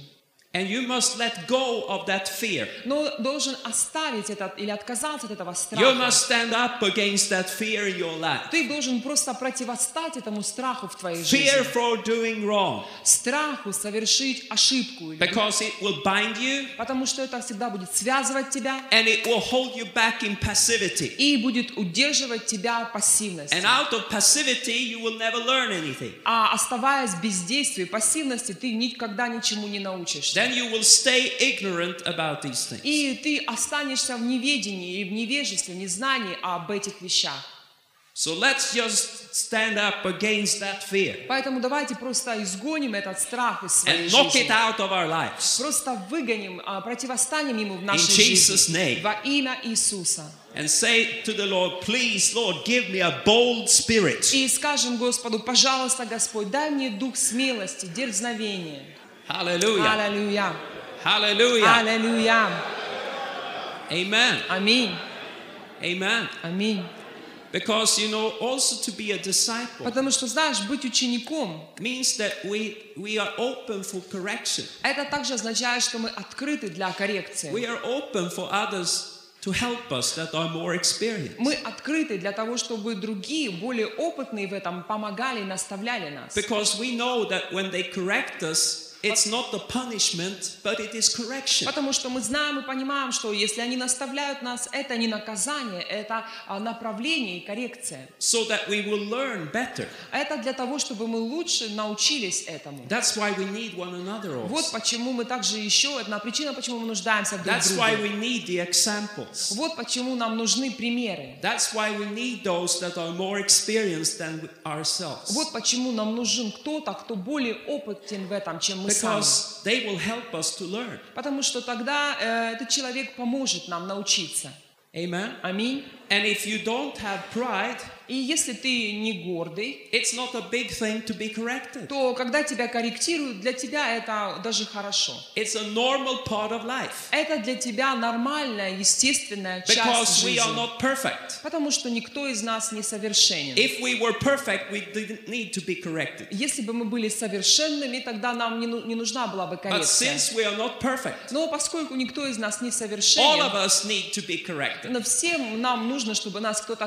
A: And you must let go of that fear.
B: Но должен оставить этот или отказаться от этого страха.
A: You must stand up against that fear in your life.
B: Ты должен просто противостать этому страху в
A: Fear
B: твоей жизни.
A: for doing wrong
B: Страху совершить ошибку. или-
A: because it will bind you
B: Потому что это всегда будет связывать тебя
A: and it will hold you back in passivity.
B: и будет удерживать тебя пассивность.
A: And out of passivity, you will never learn anything.
B: А оставаясь в бездействии, пассивности, ты никогда ничему не научишься.
A: Then you will stay ignorant about these things.
B: И ты останешься в неведении и в невежестве, в незнании об этих вещах.
A: So let's just stand up against that fear
B: Поэтому давайте просто изгоним этот страх из своей
A: and knock
B: жизни.
A: it out of our lives
B: Просто выгоним, а, противостанем ему в нашей
A: Jesus'
B: жизни.
A: name.
B: Во имя Иисуса.
A: and say to the Lord, Please, Lord, give me a bold spirit.
B: И скажем Господу, пожалуйста, Господь, дай мне дух смелости, дерзновения.
A: Hallelujah.
B: Аллилуйя.
A: Hallelujah.
B: Аллилуйя.
A: Amen.
B: Аминь.
A: Amen.
B: Аминь.
A: Because you know, also to be a disciple
B: Потому что, знаешь, быть учеником,
A: means that we we are open for correction.
B: это также означает, что мы открыты для коррекции.
A: We are open for others to help us that are more experienced.
B: Мы открыты для того, чтобы другие, более опытные в этом, помогали и наставляли нас.
A: Because we know that when they correct us, it's not the punishment, but it is correction.
B: Потому что мы знаем и понимаем, что если они наставляют нас, это не наказание, это а, направление и коррекция.
A: So that we will learn better.
B: Это для того, чтобы мы лучше научились этому.
A: That's why we need one another
B: Вот
A: also.
B: почему мы также еще, одна причина, почему мы нуждаемся друг в
A: That's why
B: друге.
A: we need the examples.
B: Вот почему нам нужны примеры.
A: That's why we need those that are more experienced than ourselves.
B: Вот почему нам нужен кто-то, кто более опытен в этом, чем мы сами.
A: Because they will help us to learn.
B: Потому что тогда э, этот человек поможет нам научиться.
A: Amen.
B: Аминь.
A: And if you don't have pride,
B: И если ты не гордый,
A: it's not a big thing to be corrected.
B: то когда тебя корректируют, для тебя это даже хорошо.
A: It's a normal part of life
B: Это для тебя нормальная, естественная часть
A: because we are
B: жизни.
A: not perfect.
B: Потому что никто из нас не совершенен.
A: If we were perfect, we didn't need to be corrected.
B: Если бы мы были совершенными, тогda нам не, ну- не нужна была бы
A: But
B: коррекция.
A: since we are not perfect,
B: Но поскольку никто из нас не
A: all of
B: совершенен,
A: us need to be corrected.
B: но всем нам нужно, чтобы нас кто-то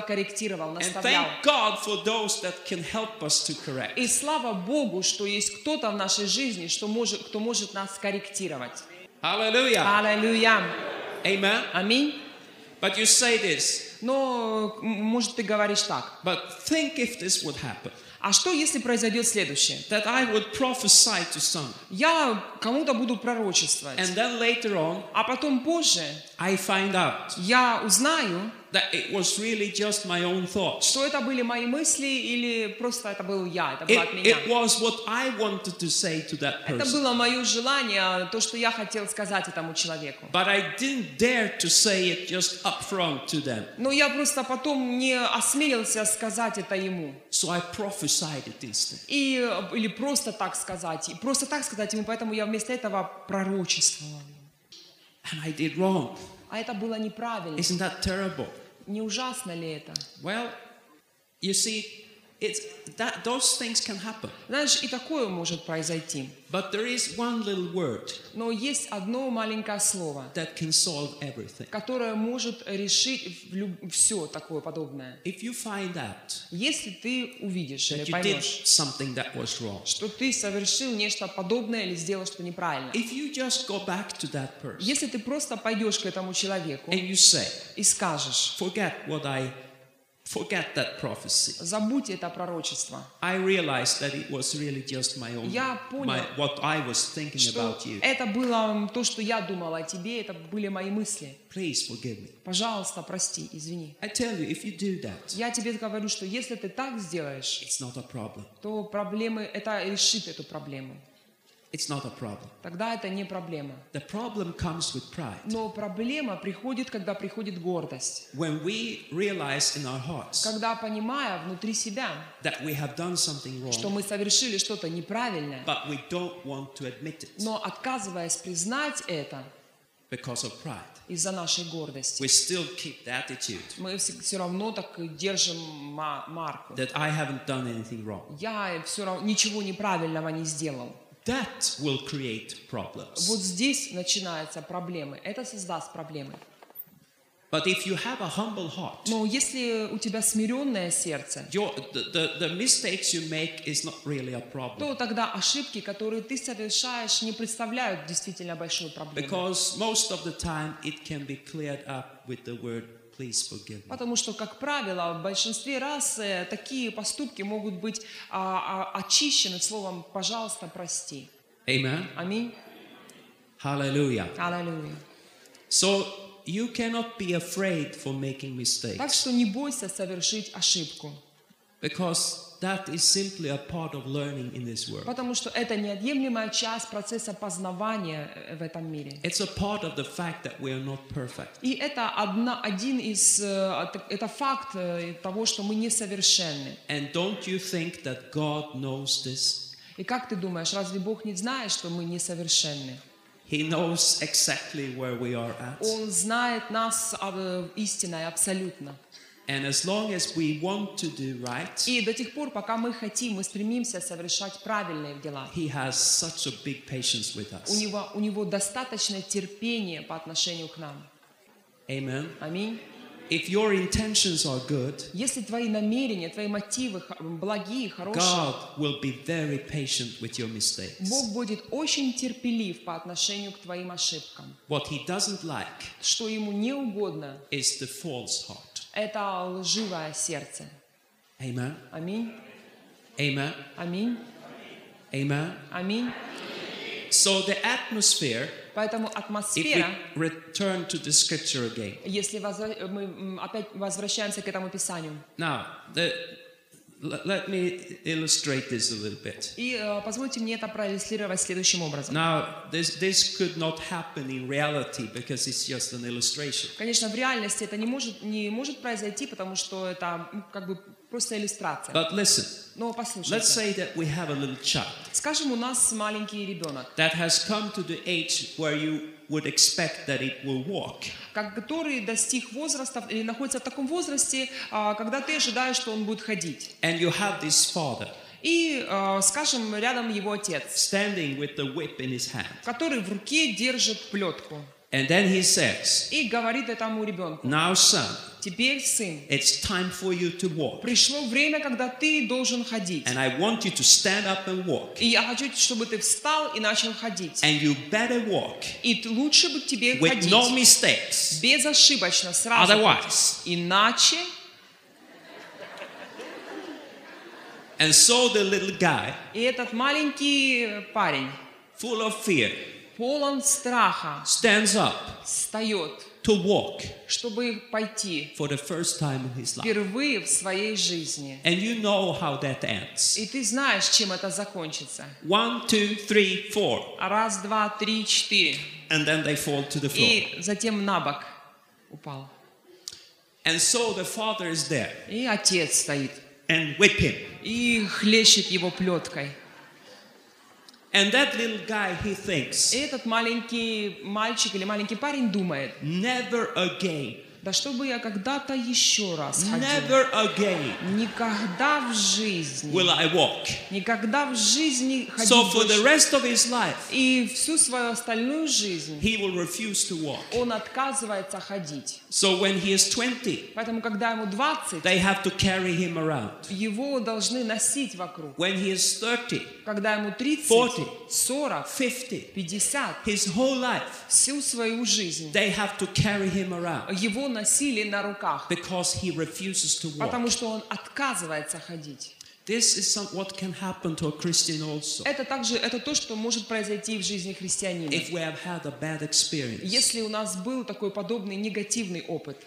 A: And
B: корректировал, наставлял.
A: thank God for those that can help us to correct.
B: И слава Богу, что есть кто-то в нашей жизни, что может, кто может нас корректировать. Ah,
A: Hallelujah.
B: Аллилуйя.
A: Amen.
B: Аминь.
A: But you say this,
B: Но, м, может, ты говоришь так.
A: but think if this would happen
B: А что, если произойдет следующее?
A: that I would prophesy to some,
B: Я кому-то буду
A: Эм.
B: пророчествовать.
A: and then later on
B: А потом позже
A: I find out
B: я узнаю,
A: that it was really just my own thoughts.
B: Что это были мои мысли или просто это был я, это
A: It,
B: была от меня?
A: it was what I wanted to say to that
B: Это
A: person,
B: было мое желание, а, то, что я хотел сказать этому человеку.
A: but I didn't dare to say it just up front to them.
B: Но я просто потом не осмелился сказать это ему.
A: So I prophesied it instead.
B: И, э, или просто так сказать. И просто так сказать ему, поэтому я вместо этого пророчествовала.
A: And I did wrong.
B: А это было неправильно.
A: Isn't that terrible?
B: Не ужасно ли это?
A: Well, you see, it's that those things can happen.
B: Знаешь, и такое может произойти.
A: But there is one little word
B: Но есть одно маленькое слово,
A: that can solve everything.
B: которое может решить все такое подобное.
A: If you find out
B: Если ты увидишь
A: that
B: или
A: you did
B: поймешь,
A: something that was wrong,
B: что ты совершил нечто подобное или сделал что неправильно,
A: if you just go back to that person
B: если ты просто пойдешь к этому человеку
A: and you say,
B: и скажешь,
A: forget what I, forget that prophecy.
B: забудь это пророчество,
A: I realized that it was really just my own,
B: Я понял.
A: my, what I was thinking
B: что
A: about you.
B: это было м, то, что я думала о тебе, это были мои мысли.
A: Please forgive me.
B: Пожалуйста, прости, извини.
A: I tell you, if you do that,
B: Я тебе говорю, что если ты так сделаешь,
A: it's not a problem.
B: то проблемы, это решит эту проблему.
A: It's not a problem.
B: Тогда это не проблема.
A: The problem comes with pride.
B: Но проблема приходит, когда приходит гордость.
A: When we realize in our hearts
B: Когда, понимая внутри себя,
A: that we have done something
B: что
A: wrong,
B: мы совершили что-то неправильное,
A: but we don't want to admit it
B: но отказываясь признать это
A: because of pride,
B: из-за нашей гордости,
A: we still keep the attitude
B: мы все равно так и держим ма- марку.
A: that I haven't done anything wrong.
B: Я все равно ничего неправильного не сделал.
A: That will create problems.
B: Вот здесь начинаются проблемы. Это создаст проблемы.
A: But if you have a humble heart,
B: Но если у тебя смиренное сердце,
A: your, the, the, the mistakes you make is not really a problem
B: то тогда ошибки, которые ты совершаешь, не представляют действительно большой проблемы.
A: because most of the time it can be cleared up with the word, please forgive me.
B: Потому что, как правило, в большинстве раз э, такие поступки могут быть а, а, очищены словом «пожалуйста, прости».
A: Amen.
B: Аминь.
A: Hallelujah.
B: Аллилуйя.
A: So you cannot be afraid for making
B: Так
A: mistakes
B: что не бойся совершить ошибку,
A: because that is simply a part of learning in this world.
B: потому что это неотъемлемая часть процесса познавания э, в этом мире.
A: It's a part of the fact that we are not perfect.
B: И это одна, один из, э, от- это факт э, того, что мы несовершенны.
A: And don't you think that God knows this?
B: И как ты думаешь, разве Бог не знает, что мы несовершенны?
A: He knows exactly where we are at.
B: Он знает нас а, э, истинно и абсолютно.
A: And as long as we want to do right,
B: И до тех пор, пока мы хотим, мы стремимся совершать правильные дела.
A: He has such a big patience with
B: У
A: us.
B: него, у него достаточно терпения по отношению к нам.
A: Amen.
B: Аминь.
A: If your intentions are good,
B: Если твои намерения, твои мотивы х- благие, хорошие,
A: God will be very patient with your mistakes.
B: Бог будет очень терпелив по отношению к твоим ошибкам.
A: What He doesn't like
B: Что ему не угодно,
A: is the false heart.
B: это лживое сердце.
A: Amen.
B: Аминь,
A: Amen.
B: аминь,
A: Amen.
B: аминь.
A: So the atmosphere,
B: Поэтому
A: if we
B: атмосфера,
A: return to the scripture again,
B: если возра- мы м, опять возвращаемся к этому писанию,
A: Now, the, l- let me illustrate this a little bit.
B: и э, позвольте мне это проиллюстрировать следующим образом.
A: Now, this, this could not happen in reality because it's just an illustration.
B: Конечно, в реальности это не может, не может произойти, потому что это ну, как бы просто иллюстрация.
A: But listen,
B: Но
A: let's
B: послушайте.
A: say that we have a little child
B: Скажем, у нас маленький ребенок,
A: that has come to the age where you would expect that it will walk.
B: как- который достиг возраста или находится в таком возрасте, а, когда ты ожидаешь, что он будет ходить.
A: And you have this father
B: И, а, скажем, рядом его отец,
A: standing with the whip in his hand.
B: который в руке держит плетку
A: And then he says,
B: и говорит этому ребенку,
A: Now, son,
B: теперь, сын,
A: it's time for you to walk.
B: пришло время, когда ты должен ходить.
A: And I want you to stand up and walk.
B: И я хочу, чтобы ты встал и начал ходить.
A: And you better walk
B: И т- лучше бы тебе
A: with no
B: ходить.
A: mistakes.
B: Безошибочно, сразу.
A: otherwise.
B: Иначе.
A: And so the little guy,
B: И этот маленький парень,
A: full of fear,
B: полон страха,
A: stands up
B: встает,
A: to walk
B: чтобы пойти
A: for the first time in his life.
B: впервые в своей жизни.
A: And you know how that ends.
B: И ты знаешь, чем это закончится.
A: One, two, three, four.
B: Раз, два, три, четыре.
A: And then they fall to the floor.
B: И затем на бок упал.
A: And so the father is there
B: И отец стоит.
A: and whip him.
B: И хлещет его плеткой.
A: And that little guy, he
B: И
A: thinks,
B: этот маленький мальчик или маленький парень думает,
A: never again,
B: да чтобы я когда-то еще раз ходил.
A: never again
B: Никогда в жизни,
A: will I walk.
B: никогда в жизни ходить
A: So for
B: больше.
A: the rest of his life,
B: И всю свою остальную жизнь
A: he will refuse to walk.
B: он отказывается ходить.
A: So when he is 20,
B: Поэтому, когда ему 20,
A: they have to carry him around.
B: его должны носить вокруг.
A: When he is 30,
B: Когда ему 30,
A: 40,
B: 40,
A: 50,
B: 50,
A: his whole life,
B: всю свою жизнь
A: they have to carry him around
B: его носили на руках,
A: because he refuses to walk.
B: потому что он отказывается ходить.
A: This is some, what can happen to a Christian also
B: Это также это то, что может произойти в жизни христианина.
A: if we have had a bad experience.
B: Если у нас был такой подобный негативный опыт,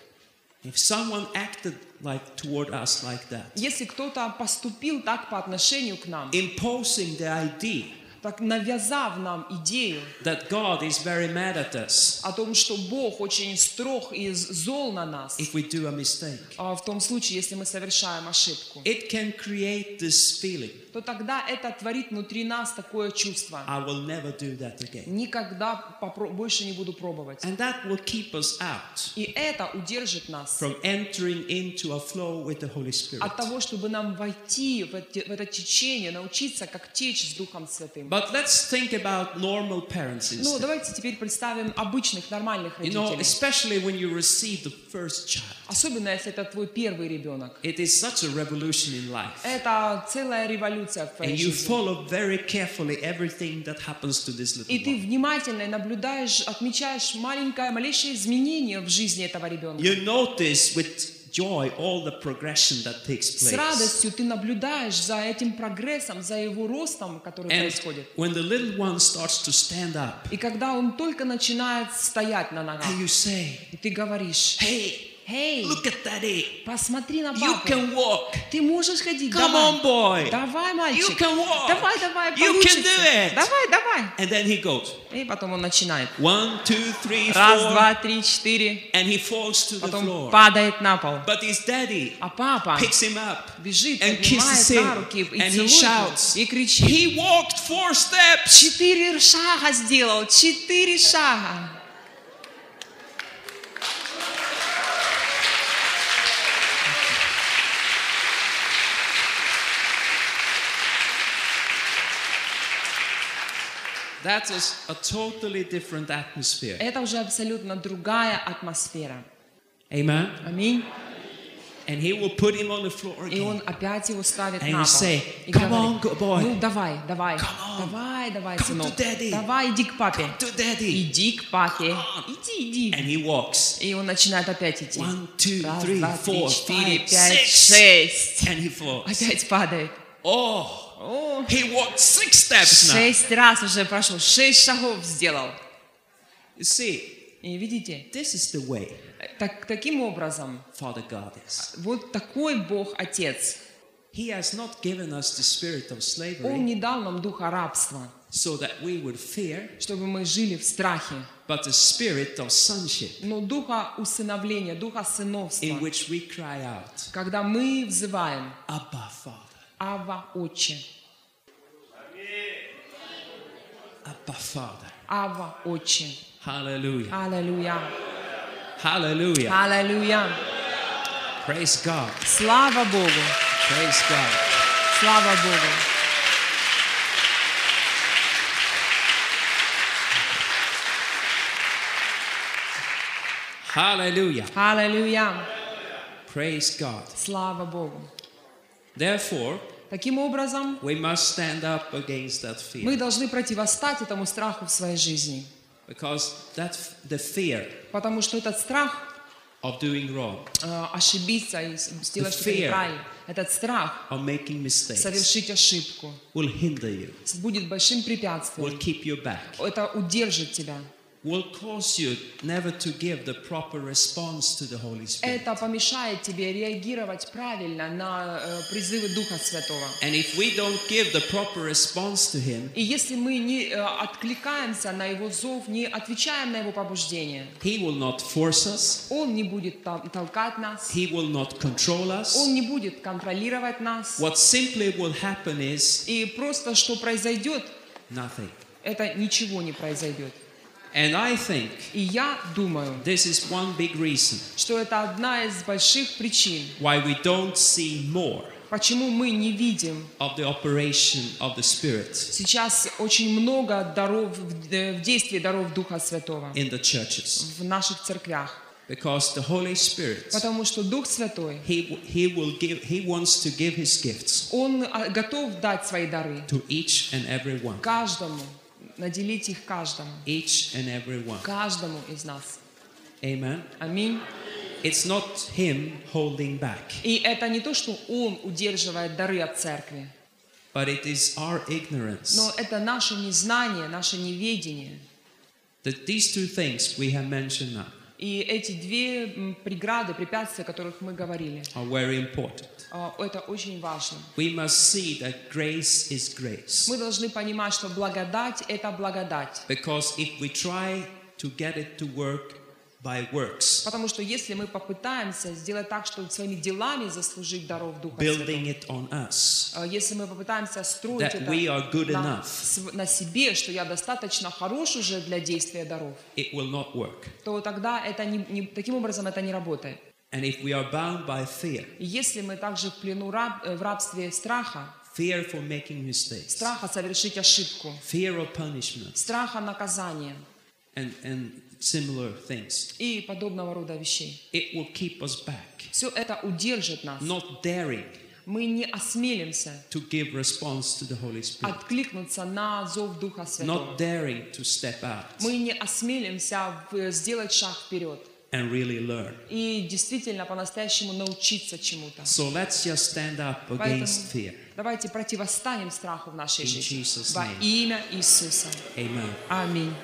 A: If someone acted like toward us like that,
B: если кто-то поступил так по отношению к нам,
A: imposing the idea
B: так навязав нам идею
A: that God is very mad at us
B: о том, что Бог очень строг и з- зол на нас,
A: if we do a mistake,
B: а, в том случае, если мы совершаем ошибку,
A: it can create this feeling
B: то тогда это творит внутри нас такое чувство.
A: I will never do that again.
B: Никогда попро- больше не буду пробовать.
A: And that will keep us out
B: И это удержит нас
A: from entering into a flow with the Holy Spirit.
B: от того, чтобы нам войти в, эти- в это течение, научиться, как течь с Духом Святым.
A: But let's think about normal parents
B: Ну,
A: instead.
B: давайте теперь представим обычных, нормальных
A: You know,
B: родителей.
A: especially when you receive the first child,
B: Особенно, если это твой первый ребенок.
A: it is such a revolution in life.
B: Это целая революция в твоей
A: And you
B: жизни.
A: follow very carefully everything that happens to this
B: И
A: little
B: ты
A: one.
B: внимательно наблюдаешь, отмечаешь маленькое, малейшее изменение в жизни этого ребенка.
A: You notice with joy all the progression that takes
B: С
A: place.
B: радостью ты наблюдаешь за этим прогрессом, за его ростом, который
A: And
B: происходит.
A: when the little one starts to stand up,
B: И когда он только начинает стоять на ногах,
A: and you say,
B: и ты говоришь,
A: Hey,
B: «Эй,
A: look at daddy.
B: посмотри на
A: You
B: папу,
A: can walk.
B: ты можешь ходить,
A: Come
B: давай,
A: on, boy.
B: давай,
A: You
B: мальчик,
A: can walk.
B: давай, давай,
A: You can
B: получится,
A: do it.
B: давай, давай».
A: And then he goes,
B: И потом он начинает.
A: one, two, three,
B: Раз,
A: four,
B: два, три, четыре.
A: and he falls to the
B: Потом
A: floor.
B: падает на пол.
A: But his daddy
B: А папа
A: picks him up.
B: бежит,
A: and
B: поднимает
A: kisses
B: на
A: him,
B: руки и
A: and he
B: целует
A: shouts.
B: его, и кричит.
A: He walked four steps.
B: Четыре шага сделал, четыре шага.
A: That is a totally different atmosphere.
B: Это уже абсолютно другая атмосфера.
A: Amen.
B: Аминь.
A: And he will put him on the floor
B: И
A: again.
B: он опять его ставит
A: And
B: на
A: you
B: пол.
A: say,
B: И
A: "Come
B: говорит,
A: on, boy.
B: ну давай, давай,
A: Come on.
B: давай, давай,
A: Come
B: сынок.
A: to daddy.
B: Давай, иди к папе.
A: To daddy.
B: Иди к папе.
A: Come on.
B: Иди, иди.
A: And he walks.
B: И он начинает опять идти.
A: One, two,
B: Раз,
A: three,
B: два, три,
A: four,
B: четыре,
A: five,
B: пять,
A: six.
B: шесть.
A: And he falls.
B: Опять падает.
A: Oh,
B: О,
A: he walked six steps now.
B: шесть раз уже прошел, шесть шагов сделал.
A: You see,
B: И видите,
A: this is the way
B: так, таким образом,
A: Father God is.
B: вот такой Бог Отец.
A: He has not given us the spirit of
B: Он
A: slavery
B: не дал нам духа рабства,
A: so that we would fear,
B: чтобы мы жили в страхе,
A: but the spirit of sonship
B: но духа усыновления, духа
A: in
B: сыновства,
A: which we cry out,
B: когда мы взываем
A: Abba, Father.
B: «Ава, Отче,
A: Abba Father.
B: Ава, Отче».
A: Hallelujah.
B: Аллилуйя,
A: Hallelujah.
B: аллилуйя.
A: Praise God.
B: Слава Богу,
A: Praise God.
B: слава Богу.
A: Hallelujah.
B: Аллилуйя,
A: Praise God.
B: слава Богу.
A: Therefore,
B: Таким образом,
A: we must stand up against that
B: мы
A: fear
B: должны противостать этому страху в своей жизни,
A: because that f- the fear
B: потому что этот страх
A: of doing wrong,
B: э, ошибиться и с- сделать
A: The
B: что-то
A: fear.
B: неправильно, этот страх
A: of making mistakes,
B: совершить ошибку
A: will hinder you,
B: будет большим препятствием.
A: will keep you back,
B: Это удержит тебя.
A: will cause you never to give the proper response to the Holy Spirit.
B: Это помешает тебе реагировать правильно на э, призывы Духа Святого.
A: And if we don't give the proper response to Him,
B: И если мы не э, откликаемся на Его зов, не отвечаем на Его побуждение,
A: He will not force us,
B: Он не будет тол- толкать нас,
A: He will not control us.
B: Он не будет контролировать нас.
A: What simply will happen is
B: И просто что произойдет,
A: nothing.
B: это ничего не произойдет.
A: And I think
B: И я думаю,
A: this is one big reason
B: что это одна из больших причин,
A: why we don't see more
B: почему мы не видим
A: of the operation of the Spirit
B: сейчас очень много даров в э, в действии даров Духа Святого
A: in the churches.
B: в наших церквях.
A: Because the Holy Spirit,
B: Потому что Дух Святой,
A: He, he, will give, he wants to give His gifts
B: Он а, готов дать свои дары
A: to each and every one.
B: каждому, наделить их каждому,
A: Each and every one.
B: каждому из нас.
A: Amen.
B: Аминь.
A: It's not Him holding back,
B: И это не то, что Он удерживает дары от церкви,
A: but it is our
B: но
A: ignorance.
B: это наше незнание, наше неведение.
A: That these two things we have mentioned now
B: И эти две м, преграды, препятствия, о которых мы говорили,
A: are very important.
B: а, это очень важно.
A: We must see that grace is grace.
B: Мы должны понимать, что благодать – это благодать.
A: Because if we try to get it to work by works,
B: Потому что если мы попытаемся сделать так, чтобы своими делами заслужить даров Духа
A: building it on us,
B: Святого, э, если мы попытаемся строить
A: that we
B: это
A: are good
B: на,
A: enough,
B: св- на себе, что я достаточно хорош уже для действия даров,
A: it will not work.
B: то тогда это не, не- таким образом это не работает.
A: And if we are bound by fear,
B: И Если мы также в плену раб- э, в рабстве страха,
A: fear for making mistakes,
B: страха совершить ошибку,
A: fear of punishment,
B: страха наказания
A: and, and similar things,
B: и подобного рода вещей,
A: it will keep us back,
B: все это удержит нас.
A: not daring
B: Мы не осмелимся
A: to give response to the Holy Spirit,
B: откликнуться на зов Духа
A: not
B: Святого.
A: daring to step out
B: Мы не осмелимся в- э, сделать шаг вперед
A: and really learn.
B: и действительно по-настоящему научиться чему-то.
A: So let's just stand up against fear.
B: Поэтому давайте противостанем страху в
A: In
B: нашей жизни
A: Jesus'
B: во
A: name.
B: имя Иисуса.
A: Amen.
B: Аминь.